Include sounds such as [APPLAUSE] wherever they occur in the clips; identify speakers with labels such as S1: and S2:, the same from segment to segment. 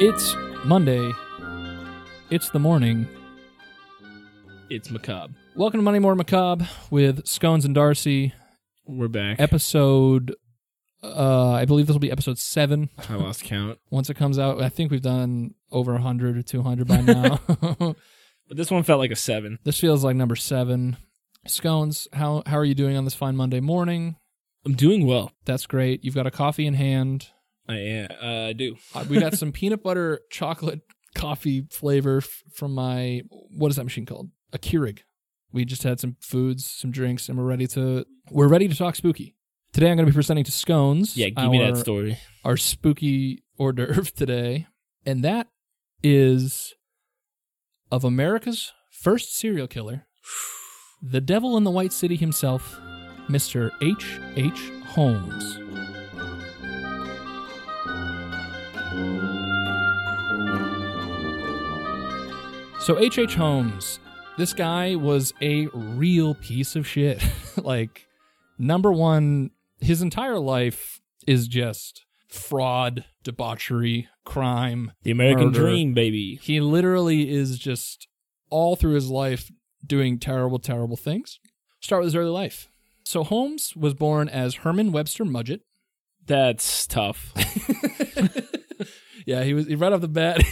S1: It's Monday. It's the morning.
S2: It's macabre.
S1: Welcome to Monday More Macabre with Scones and Darcy.
S2: We're back.
S1: Episode, uh, I believe this will be episode seven.
S2: I lost count.
S1: Once it comes out, I think we've done over 100 or 200 by now. [LAUGHS]
S2: But this one felt like a seven.
S1: this feels like number seven. Scones, how how are you doing on this fine Monday morning?
S2: I'm doing well.
S1: That's great. You've got a coffee in hand.
S2: I am. Uh, I do.
S1: Uh, we got some [LAUGHS] peanut butter chocolate coffee flavor f- from my what is that machine called? A Keurig. We just had some foods, some drinks, and we're ready to we're ready to talk spooky. Today I'm going to be presenting to scones.
S2: Yeah, give me
S1: our-
S2: that story.
S1: Our spooky hors d'oeuvre today, and that is of America's first serial killer, the devil in the White City himself, Mr. H. H. Holmes. So H.H. H. Holmes, this guy was a real piece of shit. [LAUGHS] like number 1, his entire life is just fraud, debauchery, crime.
S2: The American
S1: Murder.
S2: Dream, baby.
S1: He literally is just all through his life doing terrible terrible things. Start with his early life. So Holmes was born as Herman Webster Mudgett.
S2: That's tough.
S1: yeah, he was he right off the bat. [LAUGHS]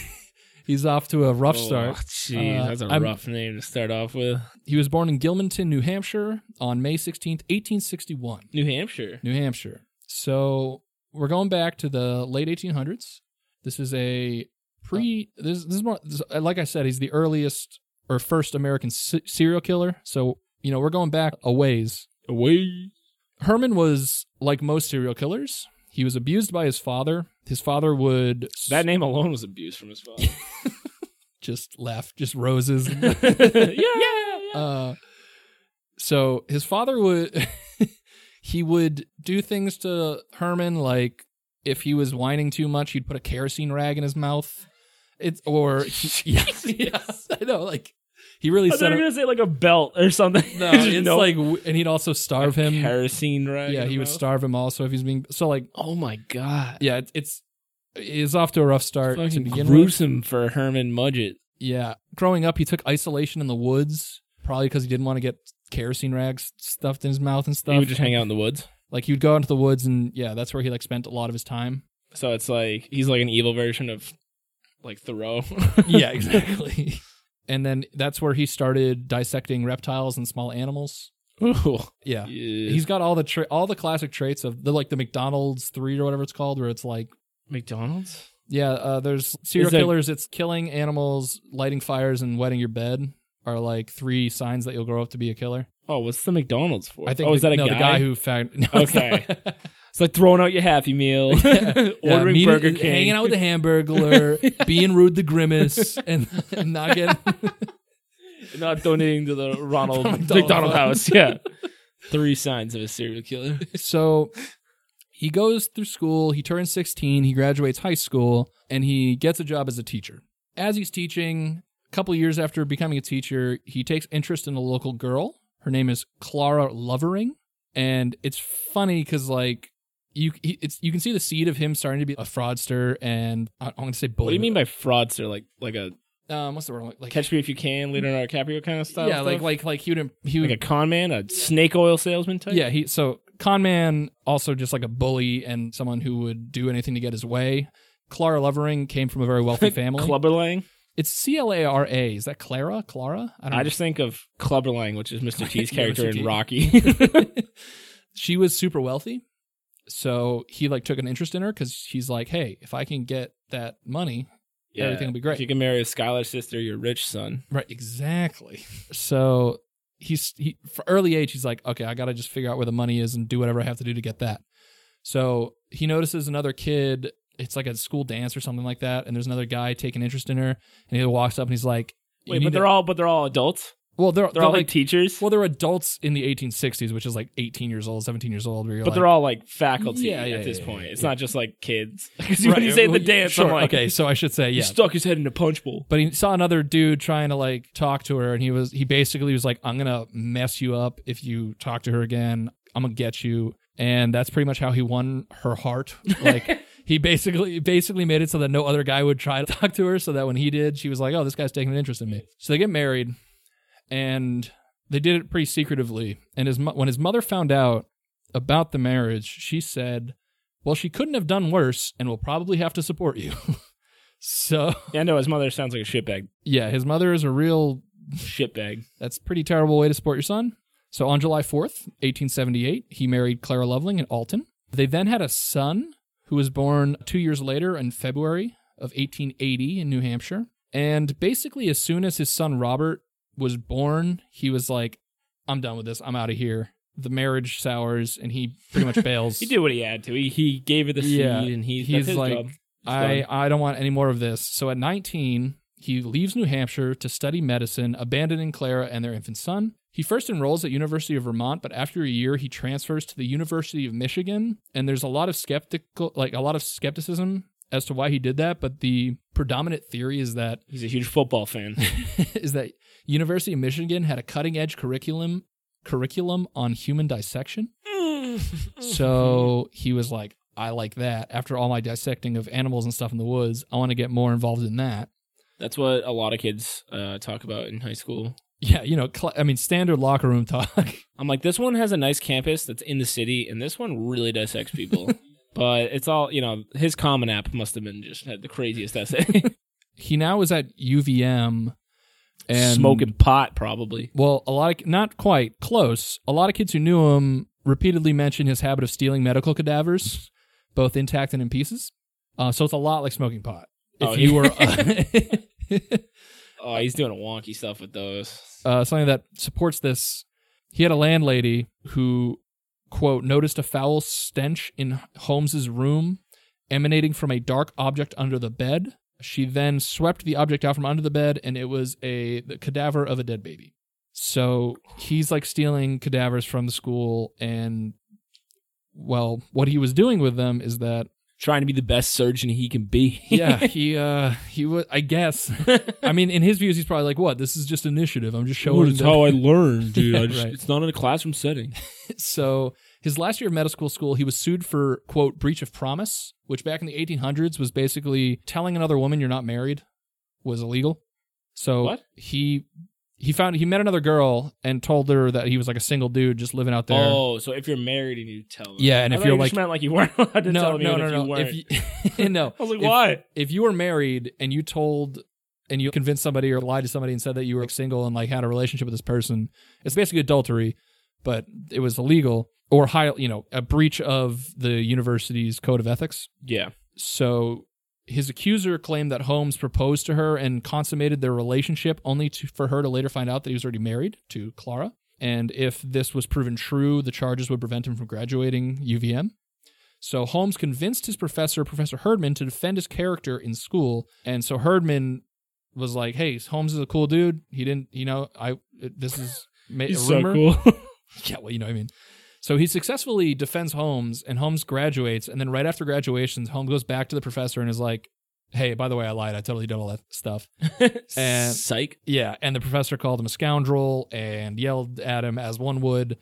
S1: he's off to a rough start.
S2: Oh, Jeez,
S1: Uh,
S2: that's a
S1: I'm-
S2: rough name to start off with.
S1: He was born in Gilmanton, New Hampshire on May 16th, 1861.
S2: New Hampshire.
S1: New Hampshire. So we're going back to the late 1800s. This is a pre, this, this is more, this, like I said, he's the earliest or first American se- serial killer. So, you know, we're going back a ways.
S2: Away.
S1: Herman was like most serial killers. He was abused by his father. His father would s-
S2: That name alone was abuse from
S1: [LAUGHS]
S2: his father. [LAUGHS]
S1: just laugh, just roses.
S2: yeah.
S1: [LAUGHS]
S2: yeah.
S1: Uh, so his father would [LAUGHS] he would do things to Herman like if he was whining too much, he'd put a kerosene rag in his mouth. It's
S2: [LAUGHS]
S1: or [LAUGHS] he, yeah, yeah, I know like he really
S2: I thought
S1: set
S2: you
S1: him.
S2: were gonna say like a belt or something. [LAUGHS]
S1: No,
S2: Just
S1: it's
S2: no
S1: like w- and he'd also starve him.
S2: kerosene, right?
S1: yeah, he would starve him also if he's being so like
S2: Oh my god.
S1: yeah, it, it's it's off to a rough start to
S2: Fucking
S1: begin with.
S2: gruesome for Herman Mudgett.
S1: Yeah. Growing up, he took isolation in the woods, probably because he didn't want to get kerosene rags stuffed in his mouth and stuff.
S2: He would just hang out in the woods.
S1: like he would go into the woods, and yeah, that's where he like spent a lot of his
S2: [LAUGHS]
S1: time.
S2: So it's like he's like an evil version of like Thoreau. [LAUGHS]
S1: [LAUGHS] yeah, exactly. and then that's where he started dissecting reptiles and small animals.
S2: Ooh.
S1: Yeah.
S2: He's
S1: He's got all the tra- all the classic traits of the like the McDonald's three or whatever it's called, where it's like
S2: McDonald's?
S1: yeah, uh, there's serial
S2: Is that-
S1: killers. It's killing animals, lighting fires, and wetting your bed are like three signs that you'll grow up to be a killer.
S2: Oh, what's the McDonald's for?
S1: I think
S2: oh, is
S1: the,
S2: that a
S1: no,
S2: guy?
S1: the guy who found [LAUGHS] no, it's
S2: Okay.
S1: not-
S2: it's like throwing out your Happy Meal,
S1: [LAUGHS] Yeah, Yeah,
S2: [LAUGHS] ordering
S1: meeting-
S2: Burger King,
S1: hanging out with
S2: [LAUGHS]
S1: the Hamburglar, being rude the Grimace, and, [LAUGHS] and not getting
S2: not donating
S1: [LAUGHS]
S2: to the Ronald
S1: McDonald Fund.
S2: McDonald House.
S1: [LAUGHS]
S2: Yeah, three signs of a serial killer.
S1: so. He goes through school. He turns sixteen. He graduates high school, and he gets a job as a teacher. As he's teaching, a couple years after becoming a teacher, he takes interest in a local girl. Her name is Clara Lovering, and it's funny because like. You, he, it's, you can see the seed of him starting to be a fraudster and I- I'm going to say bully.
S2: What do you mean by fraudster? Like like a
S1: um, what's the word? Like,
S2: Catch Me If You Can, Leonardo DiCaprio kind of style.
S1: yeah, like
S2: stuff?
S1: like like he would he would
S2: like a con man, a snake oil salesman type.
S1: yeah he so con man also just like a bully and someone who would do anything to get his way. Clara Lovering came from a very wealthy family.
S2: Clubberlang.
S1: It's C L A R A. Is that Clara? Clara? I
S2: I just think of Clubberlang, which is Mr.
S1: [LAUGHS]
S2: T's
S1: Yeah,
S2: character
S1: Mr. T. [LAUGHS]
S2: in Rocky.
S1: she was super wealthy, so he like took an interest in her because he's like, hey, if I can get that money, Everything will be great.
S2: If you can marry a Skylar's sister, your rich son.
S1: Right,
S2: [LAUGHS]
S1: exactly. So he's he for early age he's like, okay, I got to just figure out where the money is and do whatever I have to do to get that. So he notices another kid, it's like a school dance or something like that, and there's another guy taking interest in her, and he walks up and he's like, you
S2: Wait,
S1: need
S2: but they're
S1: to-
S2: all but they're all adults.
S1: well, they're,
S2: They're all like teachers,
S1: well, they're adults in the 1860s, which is like 18 years old, 17 years old.
S2: but they're all like faculty
S1: Yeah, yeah,
S2: at this
S1: yeah,
S2: point.
S1: yeah,
S2: it's
S1: yeah.
S2: not just like [LAUGHS] kids. Because when you say the dance,
S1: sure,
S2: I'm like,
S1: okay, so I should say,
S2: he
S1: yeah,
S2: stuck his head in a punch bowl.
S1: but he saw another dude trying to like talk to her and he was he basically was like i'm gonna mess you up if you talk to her again i'm gonna get you and that's pretty much how he won her heart like he basically basically made it so that no other guy would try to [LAUGHS] talk to her so that when he did she was like oh this guy's taking an interest in me so they get married and they did it pretty secretively and his mo- when his mother found out about the marriage she said well she couldn't have done worse and will probably have to support you [LAUGHS] so
S2: Yeah, no, his mother sounds like a shitbag.
S1: yeah his mother is a real
S2: Shitbag.
S1: that's a pretty terrible way to support your son. So on July 4th, 1878, he married Clara Loveling in Alton. They then had a son who was born two years later in February of 1880 in New Hampshire. And basically, as soon as his son Robert was born, he was like, I'm done with this. I'm out of here. The marriage sours and he pretty
S2: [LAUGHS]
S1: much bails.
S2: He did what he had to. He, he gave her the seed,
S1: Yeah.
S2: and he,
S1: He's
S2: that's his
S1: like,
S2: job. It's
S1: I,
S2: done.
S1: I don't want any more of this. So at 19, he leaves New Hampshire to study medicine, abandoning Clara and their infant son. He first enrolls at University of Vermont, but after a year he transfers to the University of Michigan, and there's a lot of skeptical like a lot of skepticism as to why he did that, but the predominant theory is that [LAUGHS]
S2: He's a huge football [LAUGHS] fan.
S1: is that University of Michigan had a cutting-edge curriculum curriculum on human dissection.
S2: Mm-hmm.
S1: So he was like, I like that. After all my dissecting of animals and stuff in the woods, I want to get more involved in that. [LAUGHS]
S2: That's what a lot of kids uh, talk about in high school.
S1: Yeah, you know, cl- I mean, standard locker room talk. [LAUGHS]
S2: I'm like, this one has a nice campus that's in the city, and this one really dissects
S1: [LAUGHS]
S2: people. but it's all, you know, his common app must have been just had the craziest essay. [LAUGHS]
S1: he now is at UVM [LAUGHS] and
S2: Smoking pot, probably.
S1: Well, a lot of not quite close. A lot of kids who knew him repeatedly mentioned his habit of stealing medical cadavers, both intact and in pieces. Uh, so it's a lot like smoking pot. If
S2: Oh,
S1: you were
S2: [LAUGHS]
S1: [LAUGHS]
S2: Oh, he's doing wonky stuff with those.
S1: uh, something that supports this. He had a landlady who, quote, noticed a foul stench in Holmes's room emanating from a dark object under the bed. She then swept the object out from under the bed, and it was a the cadaver of a dead baby. So he's like stealing cadavers from the school, and well, what he was doing with them is that
S2: Trying to be the best surgeon he can be.
S1: [LAUGHS]
S2: [LAUGHS]
S1: yeah, he uh he was I guess. I mean, in his views, he's probably like, "What? This is just initiative. I'm just showing." that-
S2: I [LAUGHS] learned, dude.
S1: Yeah, right.
S2: It's not in a classroom [LAUGHS] setting.
S1: So his last year of medical school, he was sued for quote breach of promise, which back in the 1800s was basically telling another woman you're not married was illegal. So
S2: What?
S1: he he found he met another girl and told her that he was like a single dude just living out there.
S2: Oh, so if you're married and you tell them.
S1: Yeah, and
S2: I
S1: if
S2: thought
S1: you're
S2: you just
S1: like-
S2: meant like you weren't [LAUGHS] allowed to tell
S1: no,
S2: them
S1: no,
S2: even
S1: no,
S2: if
S1: no,
S2: you weren't.
S1: If you, [LAUGHS] no,
S2: [LAUGHS] I was like,
S1: If-
S2: why?
S1: if you were married and you told and you convinced somebody or lied to somebody and said that you were like, single and like had a relationship with this person, it's basically adultery, but it was illegal or high, you know, a breach of the university's code of ethics.
S2: Yeah.
S1: So his accuser claimed that Holmes proposed to her and consummated their relationship only to, for her to later find out that he was already married to Clara. And if this was proven true, the charges would prevent him from graduating UVM. So Holmes convinced his professor, Professor Herdman, to defend his character in school. And so Herdman was like, "Hey, Holmes is a cool dude. He didn't, you know, I this is ma- a rumor.
S2: cool. [LAUGHS]
S1: Yeah, well, you know what I mean. So he successfully defends Holmes, and Holmes graduates. And then right after graduation, Holmes goes back to the professor and is like, "Hey, by the way, I lied. I totally did all that stuff." And-
S2: Psych.
S1: Yeah, and the professor called him a scoundrel and yelled at him as one would.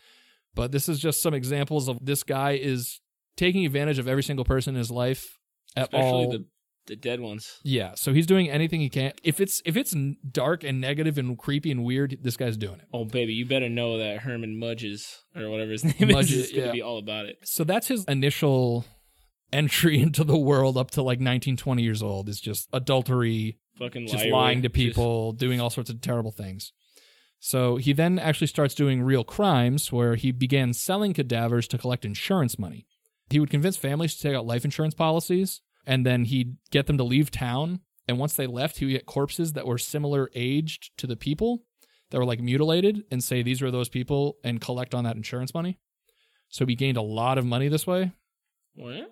S1: But this is just some examples of this guy is taking advantage of every single person in his life at
S2: Especially
S1: all.
S2: the, the dead ones.
S1: yeah, so he's doing anything he can. If it's if it's n- dark and negative and creepy and weird, this guy's doing it.
S2: Oh, baby, you better know that Herman Mudges, or
S1: [LAUGHS]
S2: whatever his name
S1: Mudge,
S2: is, is going to
S1: yeah.
S2: be all about it.
S1: So that's his initial entry [LAUGHS] into the world up to like 19, 20 years old is just adultery,
S2: Fucking
S1: just
S2: liar.
S1: lying to
S2: Just-
S1: people, doing all sorts of terrible things. So he then actually starts doing real crimes where he began selling cadavers to collect insurance money. He would convince families to take out life insurance policies and then he'd get them to leave town. And once they left, he would get corpses that were similar aged to the people that were like mutilated and say, these were those people and collect on that insurance money. So he gained a lot of money this way
S2: Wow.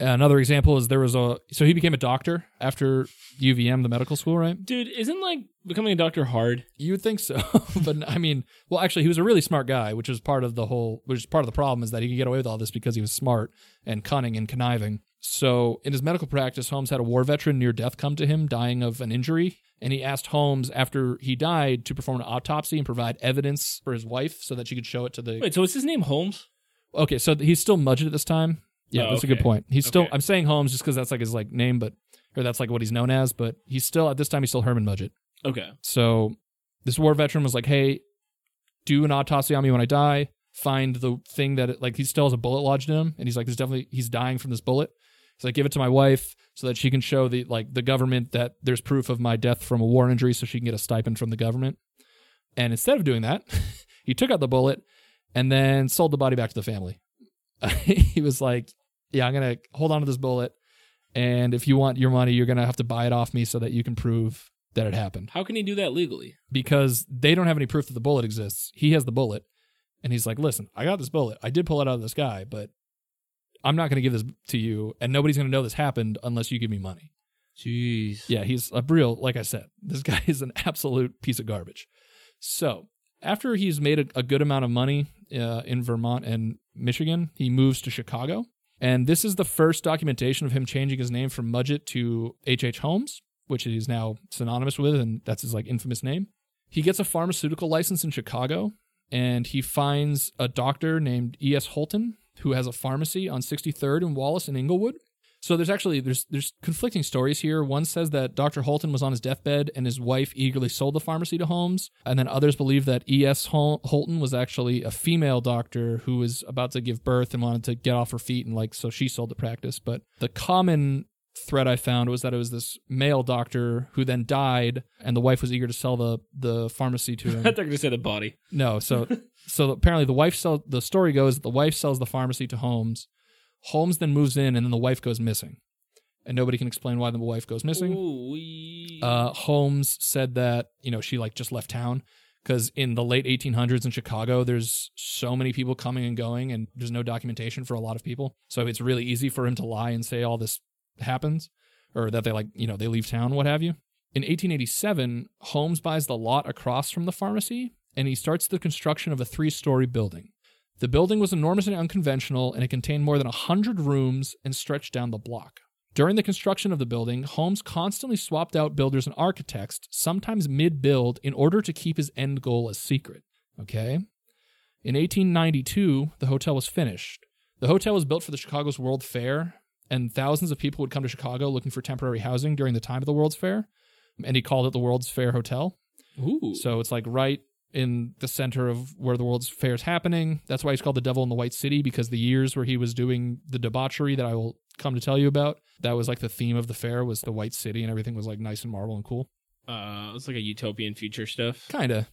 S1: another example is there was a so he became a doctor after UVM the medical school right
S2: Dude, isn't like becoming a doctor hard?
S1: you would think so [LAUGHS] but I mean well actually he was a really smart guy which is part of the whole which is part of the problem is that he could get away with all this because he was smart and cunning and conniving so in his medical practice Holmes had a war veteran near death come to him dying of an injury and he asked Holmes after he died to perform an autopsy and provide evidence for his wife so that she could show it to the
S2: Wait, so is his name Holmes?
S1: okay so he's still mudged at this time Yeah,
S2: Oh,
S1: that's a
S2: okay.
S1: good point. He's still.
S2: Okay.
S1: I'm saying Holmes just because that's like his like name, but or that's like what he's known as. But he's still at this time. He's still Herman Mudgett.
S2: Okay.
S1: So this war veteran was like, "Hey, do an autopsy on me when I die. Find the thing that it, like he still has a bullet lodged in him, and he's like, there's definitely he's dying from this bullet. He's like, give it to my wife so that she can show the like the government that there's proof of my death from a war injury, so she can get a stipend from the government. And instead of doing that, [LAUGHS] he took out the bullet and then sold the body back to the family. [LAUGHS] he was like, yeah, I'm gonna hold on to this bullet. And if you want your money, you're gonna have to buy it off me so that you can prove that it happened
S2: How can he do that legally?
S1: because they don't have any proof that the bullet exists. He has the bullet, and he's like, "Listen, I got this bullet. I did pull it out of this guy, but I'm not going to give this to you, and nobody's going to know this happened unless you give me money."
S2: Jeez.
S1: Yeah, he's a real, like I said, this [LAUGHS] guy is an absolute piece of garbage. So after he's made a, a good amount of money uh, in Vermont and Michigan, he moves to Chicago. And this is the first documentation of him changing his name from Mudgett to H.H. Holmes, which he's now synonymous with, and that's his like infamous name. He gets a pharmaceutical license in Chicago, and he finds a doctor named E.S. Holton who has a pharmacy on 63rd and Wallace in Inglewood. So there's actually there's there's conflicting stories here. One says that Dr. Holton was on his deathbed and his wife eagerly sold the pharmacy to Holmes, and then others believe that E.S. Hol- Holton was actually a female doctor who was about to give birth and wanted to get off her feet and like so she sold the practice. But the common thread I found was that it was this male doctor who then died, and the wife was eager to sell the the pharmacy to
S2: [LAUGHS] I [LAUGHS]
S1: him.
S2: thought they were gonna say the body.
S1: No, so so apparently the wife sells the story goes that the wife sells the pharmacy to Holmes. Holmes then moves in and then the wife goes missing. And nobody can explain why the wife goes missing.
S2: Ooh-wee.
S1: Uh, Holmes said that, you know, she like just left town because in the late 1800s in Chicago, there's so many people coming and going and there's no documentation for a lot of people. So it's really easy for him to lie and say all this happens or that they like, you know, they leave town, what have you. In 1887, Holmes buys the lot across from the pharmacy and he starts the construction of a three story building. The building was enormous and unconventional, and it contained more than 100 rooms and stretched down the block. During the construction of the building, Holmes constantly swapped out builders and architects, sometimes mid build, in order to keep his end goal a secret. Okay? In 1892, the hotel was finished. The hotel was built for the Chicago's World Fair, and thousands of people would come to Chicago looking for temporary housing during the time of the World's Fair. And he called it the World's Fair Hotel.
S2: Ooh.
S1: So it's like right in the center of where the World's Fair is happening. That's why he's called the Devil in the White City because the years where he was doing the debauchery that I will come to tell you about, that was like the theme of the fair was the White City and everything was like nice and marble and cool.
S2: uh, it's like a utopian future stuff.
S1: Kinda.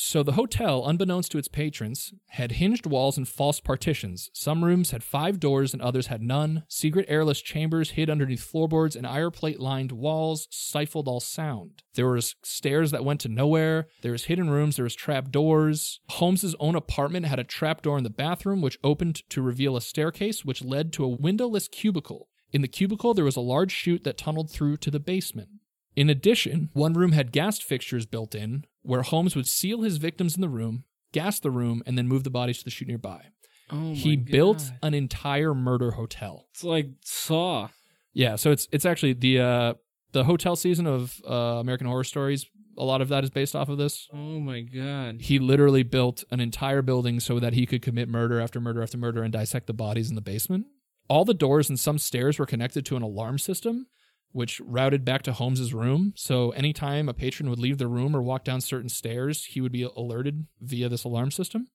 S1: So the hotel, unbeknownst to its patrons, had hinged walls and false partitions. Some rooms had five doors and others had none. Secret airless chambers hid underneath floorboards and ironplate lined walls stifled all sound. There was stairs that went to nowhere. There was hidden rooms. There was trap doors. Holmes's own apartment had a trap door in the bathroom, which opened to reveal a staircase, which led to a windowless cubicle. In the cubicle, there was a large chute that tunneled through to the basement. In addition, one room had gas fixtures built in where Holmes would seal his victims in the room, gas the room, and then move the bodies to the chute nearby.
S2: Oh my
S1: he built
S2: God.
S1: an entire murder hotel.
S2: It's like Saw.
S1: Yeah, so it's it's actually the uh the hotel season of uh American Horror Stories, a lot of that is based off of this.
S2: Oh my god.
S1: He literally built an entire building so that he could commit murder after murder after murder and dissect the bodies in the basement. All the doors and some stairs were connected to an alarm system, which routed back to Holmes's room. So anytime a patron would leave the room or walk down certain stairs, he would be alerted via this alarm system.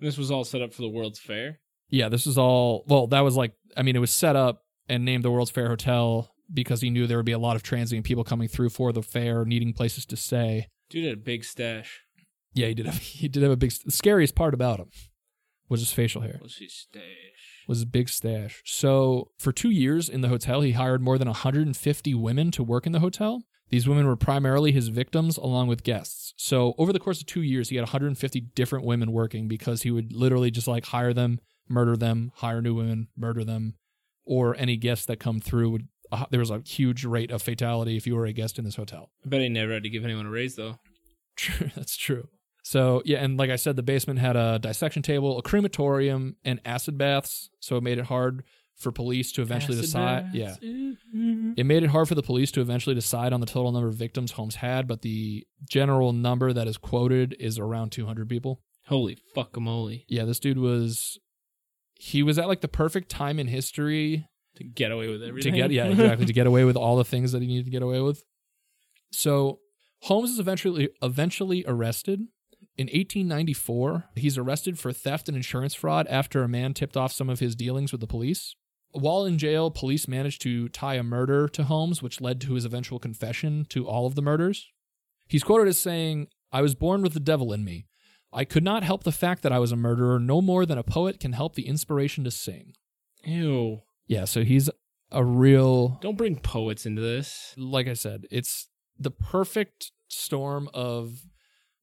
S2: This was all set up for the World's Fair.
S1: Yeah, this is all. Well, that was like, I mean, it was set up and named the World's Fair Hotel because he knew there would be a lot of transient people coming through for the fair, needing places to stay.
S2: Dude had a big stash.
S1: Yeah, he did. Have, [LAUGHS] he did have a big. The scariest part about him was his facial hair.
S2: What's his stash?
S1: was a big stash. So for two years in the hotel, he hired more than 150 women to work in the hotel. These women were primarily his victims along with guests. So over the course of two years, he had 150 different women working because he would literally just like hire them, murder them, hire new women, murder them, or any guests that come through would. Uh, there was a huge rate of fatality if you were a guest in this hotel.
S2: I bet he never had to give anyone a raise though.
S1: True, [LAUGHS] that's true. So yeah, and like I said, the basement had a dissection table, a crematorium, and acid baths. So it made it hard for police to eventually decide. Yeah, it made it hard for the police to eventually decide on the total number of victims Holmes had, but the general number that is quoted is around 200 people.
S2: Holy fuckamole.
S1: Yeah, this dude was he was at like the perfect time in history
S2: to get away with
S1: to
S2: everything.
S1: get
S2: [LAUGHS]
S1: yeah exactly to get away with all the things that he needed to get away with. So Holmes is eventually eventually arrested. In 1894, he's arrested for theft and insurance fraud after a man tipped off some of his dealings with the police. While in jail, police managed to tie a murder to Holmes, which led to his eventual confession to all of the murders. He's quoted as saying, I was born with the devil in me. I could not help the fact that I was a murderer no more than a poet can help the inspiration to sing.
S2: Ew!
S1: Yeah, so he's a real
S2: Don't bring poets into this.
S1: like I said, it's the perfect storm of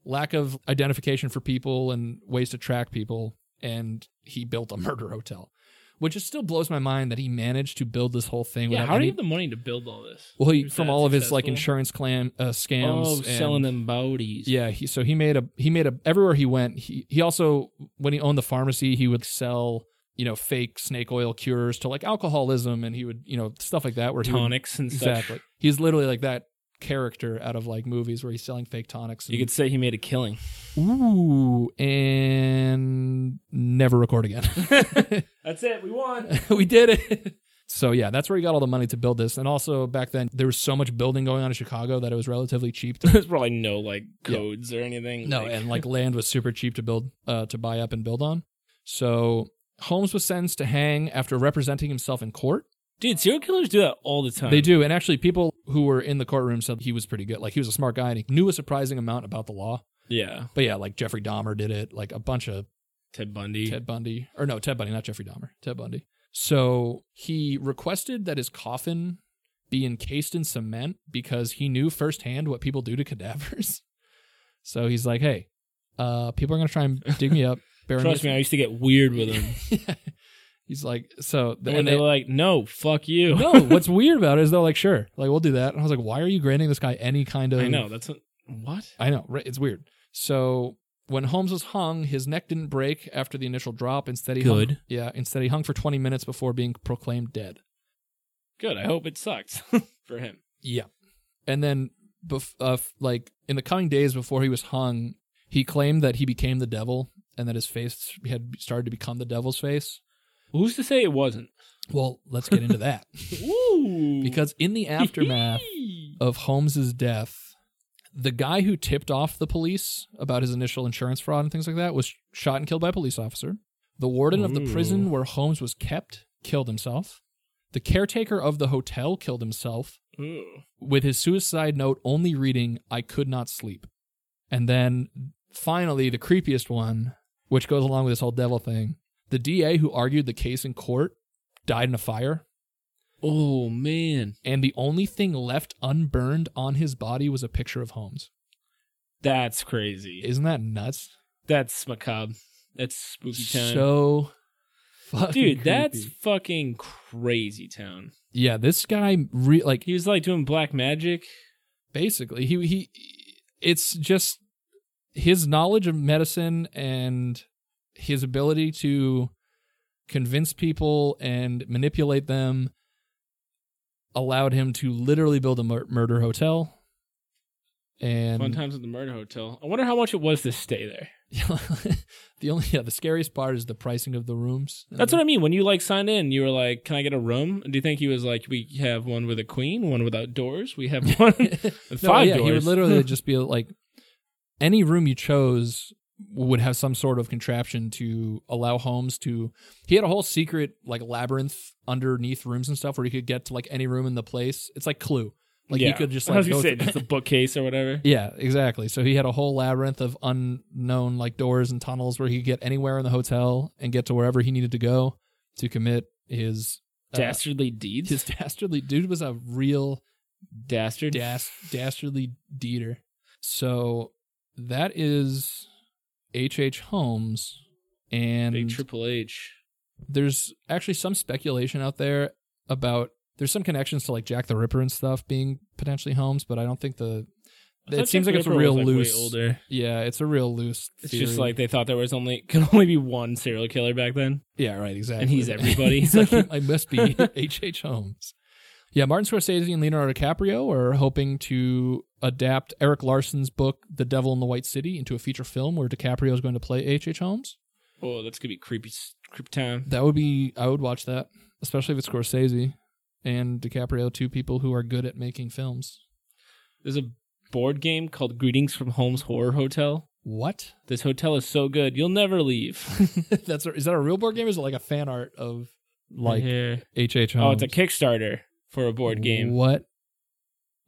S1: lack of identification for people and ways to track people. And he built a [LAUGHS] murder hotel, which just still blows my mind that he managed to build this whole thing.
S2: Yeah,
S1: without
S2: how do
S1: any-
S2: you have the money to build all this?
S1: Well, he,
S2: Who's
S1: from
S2: that
S1: all of his like
S2: successful?
S1: insurance clam uh, scams,
S2: Oh,
S1: and-
S2: selling them bodies.
S1: Yeah, he, so he made a he made a everywhere he went. He he also when he owned the pharmacy, he would sell you know fake snake oil cures to like alcoholism, and he would you know stuff like that where he would
S2: tonics and stuff.
S1: Exactly. He's literally like that character out of like movies where he's selling fake tonics.
S2: You could
S1: and-
S2: say he made
S1: [LAUGHS]
S2: a killing. [LAUGHS]
S1: ooh, and never record again. [LAUGHS]
S2: That's it. We won.
S1: we did it. So yeah, that's where he got all the money to build this. And also back then there was so much building going on in Chicago that it was relatively cheap.
S2: [LAUGHS]
S1: To,
S2: [LAUGHS] There's probably no like
S1: Yeah.
S2: codes or anything.
S1: no,
S2: like-
S1: and like land was super cheap to build uh, to buy up and build on. So Holmes was sentenced to hang after representing himself in court.
S2: dude, serial killers do that all the time.
S1: They do, and actually people who were in the courtroom said he was pretty good. Like he was a smart guy and he knew a surprising amount about the law.
S2: Yeah,
S1: But yeah, like Jeffrey Dahmer did it, like a bunch of
S2: Ted Bundy.
S1: Ted Bundy, or no, Ted Bundy, not Jeffrey Dahmer, Ted Bundy. So he requested that his coffin be encased in cement because he knew firsthand what people do to cadavers. [LAUGHS] So he's like, hey, uh, people are going to try and dig me
S2: [LAUGHS]
S1: up, bury
S2: Trust me, I used to get weird with
S1: [LAUGHS]
S2: them.
S1: He's like, so,
S2: and they, were like, "No, fuck you."
S1: no, what's weird about it is they're like, sure, like we'll do that. And I was like, why are you granting this guy any kind of
S2: I know. That's what, what.
S1: I know, right? It's weird. So when Holmes was hung, his neck didn't break after the initial drop. Instead, he Hung,
S2: Good.
S1: yeah, instead he hung for 20 minutes before being proclaimed dead.
S2: Good. I hope it sucks [LAUGHS] for him.
S1: Yeah, and then bef- uh, f- like in the coming days before he was hung, he claimed that he became the devil and that his face had started to become the devil's face.
S2: Who's to say it wasn't?
S1: Well, let's get into that
S2: [LAUGHS] Ooh. [LAUGHS]
S1: because in the aftermath of Holmes's death, the guy who tipped off the police about his initial insurance fraud and things like that was shot and killed by a police officer. The warden of the
S2: Ooh.
S1: prison where Holmes was kept killed himself. The caretaker of the hotel killed himself
S2: Ooh.
S1: with his suicide note only reading, I could not sleep. And then finally, the creepiest one, which goes along with this whole devil thing the DA who argued the case in court died in a fire
S2: Oh man,
S1: and the only thing left unburned on his body was a picture of Holmes.
S2: that's crazy.
S1: Isn't that nuts?
S2: That's macabre. That's spooky town.
S1: So fucking
S2: Dude, that's
S1: creepy.
S2: fucking crazy town.
S1: yeah. This guy, re- like,
S2: He was like doing black magic.
S1: basically, he he. It's just his knowledge of medicine and his ability to convince people and manipulate them allowed him to literally build a mur- murder hotel. And
S2: Fun times at the murder hotel. I wonder how much it was to stay there.
S1: [LAUGHS] the only yeah, the scariest part is the pricing of the rooms.
S2: That's what I mean. When you like signed in, you were like, "Can I get a room?" Do you think he was like, "We have one with a queen, one without doors. We have [LAUGHS] one with
S1: no,
S2: five
S1: yeah,
S2: doors."
S1: he would
S2: [LAUGHS]
S1: literally just be like any room you chose would have some sort of contraption to allow Holmes to he had a whole secret like labyrinth underneath rooms and stuff where he could get to like any room in the place. It's like clue. Like
S2: yeah.
S1: he could just
S2: [LAUGHS] I was
S1: like
S2: gonna
S1: go
S2: say,
S1: through-
S2: just a bookcase or [LAUGHS] whatever.
S1: [LAUGHS] Yeah, exactly. So he had a whole labyrinth of unknown like doors and tunnels where he could get anywhere in the hotel and get to wherever he needed to go to commit his uh,
S2: Dastardly deeds.
S1: His [LAUGHS] dastardly dude was a real
S2: dastard.
S1: das- dastardly deeder. So that is H.H. H. Holmes.
S2: Big
S1: And
S2: Triple H.
S1: there's actually some speculation out there about there's some connections to like Jack the Ripper and stuff being potentially Holmes, but I don't think the
S2: I
S1: it
S2: thought
S1: seems
S2: Jack
S1: like it's a
S2: Ripper
S1: real
S2: was, like, way
S1: loose.
S2: older.
S1: yeah, it's a real loose.
S2: It's
S1: theory.
S2: just like they thought there was only [LAUGHS] could only be one serial killer back then.
S1: yeah, right, exactly.
S2: he's
S1: [LAUGHS]
S2: everybody.
S1: he's like I must
S2: [LAUGHS]
S1: be H.H. H. Holmes. Yeah, Martin Scorsese and Leonardo DiCaprio are hoping to adapt Eric Larson's book, The Devil in the White City, into a feature film where DiCaprio is going to play H.H. H. Holmes.
S2: Oh, that's gonna be creepy, s- creepy time.
S1: That would be I would watch that, especially if it's Scorsese and DiCaprio, two people who are good at making films.
S2: There's a board game called Greetings from Holmes Horror Hotel.
S1: What? [LAUGHS]
S2: This hotel is so good, you'll never [LAUGHS] leave.
S1: That's a, is that a real board game? Or is it like a fan art of like
S2: Yeah.
S1: H.H.
S2: oh,
S1: Holmes?
S2: it's a Kickstarter for a board game.
S1: What?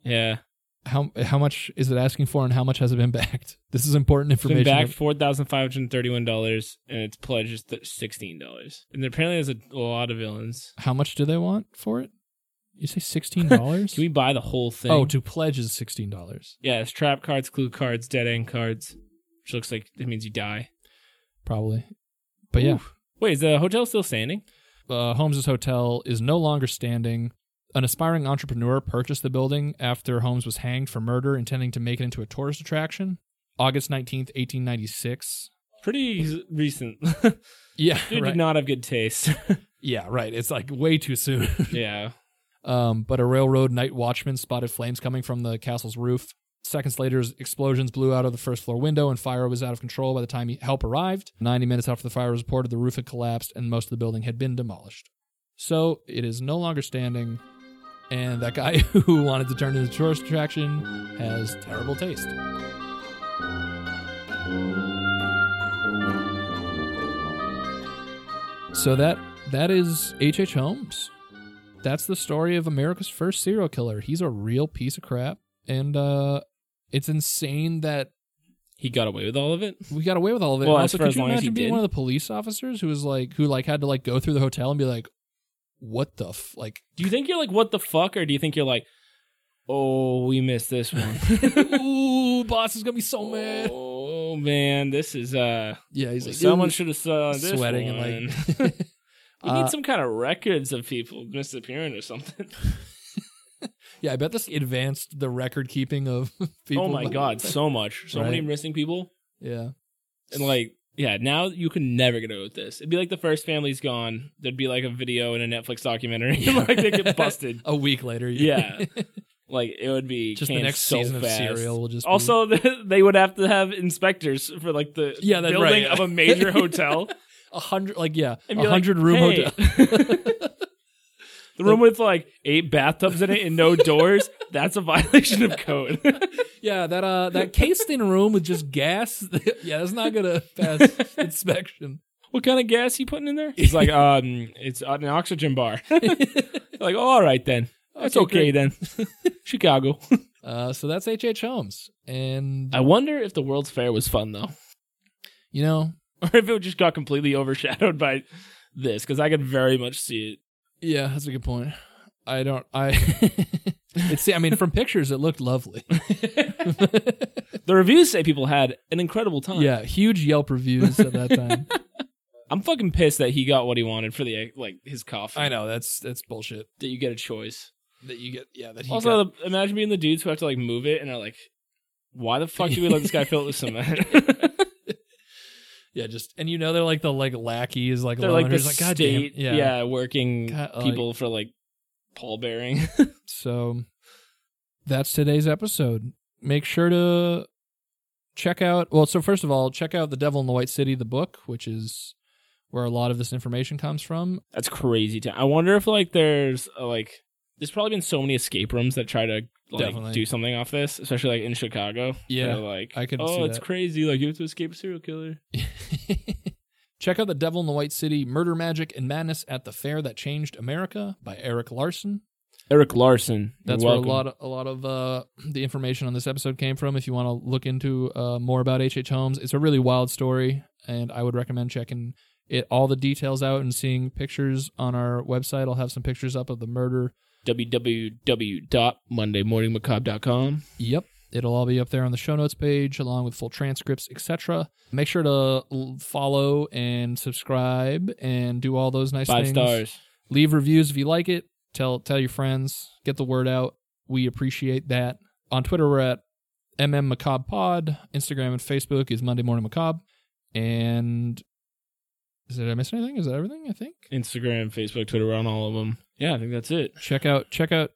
S2: Yeah,
S1: How how much is it asking for, and how much has it been backed? This is important
S2: it's been
S1: information.
S2: back four thousand five hundred thirty-one dollars, and its pledge is th- sixteen dollars. And apparently, there's a lot of villains.
S1: How much do they want for it? You say
S2: [LAUGHS]
S1: sixteen dollars?
S2: Can we buy the whole thing?
S1: oh, to pledge is sixteen dollars,
S2: yeah, it's trap cards, clue cards, dead end cards, which looks like it means you die.
S1: probably. But yeah,
S2: Wait, is the hotel still standing?
S1: uh, Holmes's hotel is no longer standing. An aspiring entrepreneur purchased the building after Holmes was hanged for murder, intending to make it into a tourist attraction. August nineteenth, eighteen ninety six.
S2: Pretty
S1: [LAUGHS]
S2: recent.
S1: Yeah,
S2: Dude
S1: right.
S2: did not have good taste. [LAUGHS]
S1: yeah, right. It's like way too soon.
S2: yeah.
S1: Um, but a railroad night watchman spotted flames coming from the castle's roof. Seconds later, explosions blew out of the first floor window, and fire was out of control by the time help arrived. 90 minutes after the fire was reported, the roof had collapsed and most of the building had been demolished. So it is no longer standing, and that guy [LAUGHS] who wanted to turn it into a tourist attraction has terrible taste. So that that is H.H. H. Holmes that's the story of America's first serial killer. He's a real piece of crap. And uh it's insane that
S2: He got away with all of it.
S1: we got away with all of it.
S2: Well,
S1: And
S2: as
S1: also,
S2: far
S1: could
S2: as
S1: you
S2: long as
S1: imagine
S2: he
S1: being
S2: did.
S1: one of the police officers who was like who like had to like go through the hotel and be like, What the f like [LAUGHS]
S2: Do you think you're like, what the fuck? Or do you think you're like, oh, we missed this one?
S1: [LAUGHS] Ooh, boss is gonna be so mad.
S2: oh, man. This is, uh,
S1: Yeah, he's like
S2: someone
S1: "Ooh."
S2: should have saw this.
S1: sweating
S2: one.
S1: and
S2: we
S1: like
S2: need
S1: Uh,
S2: some kind of records of people disappearing or something.
S1: [LAUGHS] Yeah, I bet this advanced the record keeping of [LAUGHS] people.
S2: oh, my God. So much. So many
S1: Right.
S2: missing people.
S1: Yeah.
S2: And like, yeah, now you can never get away with this. It'd be like the first family's gone. There'd be like a video and a Netflix documentary. [LAUGHS] like they get busted.
S1: [LAUGHS] A week later.
S2: Yeah. Like it would be
S1: just the
S2: canned
S1: next
S2: so
S1: season
S2: fast.
S1: of serial will just be-
S2: Also, [LAUGHS] they would have to have inspectors for like the
S1: Yeah, that's
S2: building
S1: right.
S2: of
S1: [LAUGHS]
S2: a major hotel.
S1: a hundred like yeah,
S2: And
S1: a
S2: be like,
S1: hundred room
S2: "Hey."
S1: hotel.
S2: [LAUGHS] the room with like eight bathtubs in it and no doors. That's a violation of code. [LAUGHS]
S1: Yeah, that uh, that cased in room with just gas. [LAUGHS] yeah, that's not gonna pass
S2: [LAUGHS]
S1: inspection.
S2: what kind of gas you putting in there? He's like, um, it's an oxygen bar. [LAUGHS] like, oh, all right then. That's okay,
S1: Okay,
S2: then. [LAUGHS] Chicago.
S1: Uh, so that's H. H. Holmes, and
S2: I wonder if the World's Fair was fun though, [LAUGHS]
S1: you know,
S2: or if it just got completely overshadowed by this, because I could very much see it.
S1: yeah, that's a good point. I don't. I [LAUGHS] it's. I mean, from pictures, it looked
S2: [LAUGHS]
S1: lovely. [LAUGHS]
S2: The reviews say people had an incredible time.
S1: yeah, huge Yelp reviews at that
S2: [LAUGHS]
S1: time.
S2: I'm fucking pissed that he got what he wanted for the like his coffin.
S1: I know that's that's bullshit
S2: that you get a choice.
S1: that you get. Yeah, that he
S2: also, the, imagine being the dudes who have to like move it and are like, "Why the fuck do we let this guy fill it [LAUGHS] with cement?"
S1: yeah, just and you know they're like the like lackeys, like
S2: They're like
S1: alone,
S2: the
S1: just like God damn,
S2: state, yeah. working
S1: God, like-
S2: people for like pallbearing.
S1: So that's today's episode. Make sure to check out. Well, so first of all, check out The Devil in the White City, the book, which is where a lot of this information comes from.
S2: That's crazy. To- I wonder if like there's uh, like there's probably been so many escape rooms that try to like
S1: Definitely.
S2: do something off this, especially like in Chicago.
S1: Yeah,
S2: They're like
S1: I can
S2: oh,
S1: see
S2: it's
S1: that.
S2: crazy. Like you have to escape a serial killer.
S1: [LAUGHS] check out The Devil in the White City Murder, Magic, and Madness at the Fair That Changed America by Eric Larson.
S2: Eric Larson.
S1: That's where a lot of, a lot of uh, [CLEARS THROAT] the information on this episode came from. If you want to look into uh, more about H.H. H. Holmes, it's a really wild story, and I would recommend checking it all the details out and seeing pictures on our website. I'll have some pictures up of the murder.
S2: www.mondaymorningmacabre.com.
S1: Yep, it'll all be up there on the show notes page, along with full transcripts, etc. Make sure to l- follow and subscribe and do all those nice
S2: Five
S1: things.
S2: stars.
S1: leave reviews if you like it tell tell your friends get the word out we appreciate that on twitter we're at mm macabre pod instagram and facebook is monday morning macabre and is did i miss anything is that everything i think
S2: Instagram, Facebook, Twitter, we're on all of them. Yeah, I think that's it.
S1: check out check out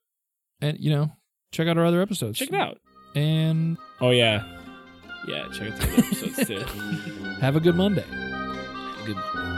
S1: and you know check out our other episodes
S2: Check it out.
S1: and [LAUGHS]
S2: Oh yeah, yeah. Check out the other episodes too.
S1: have a good monday Good night.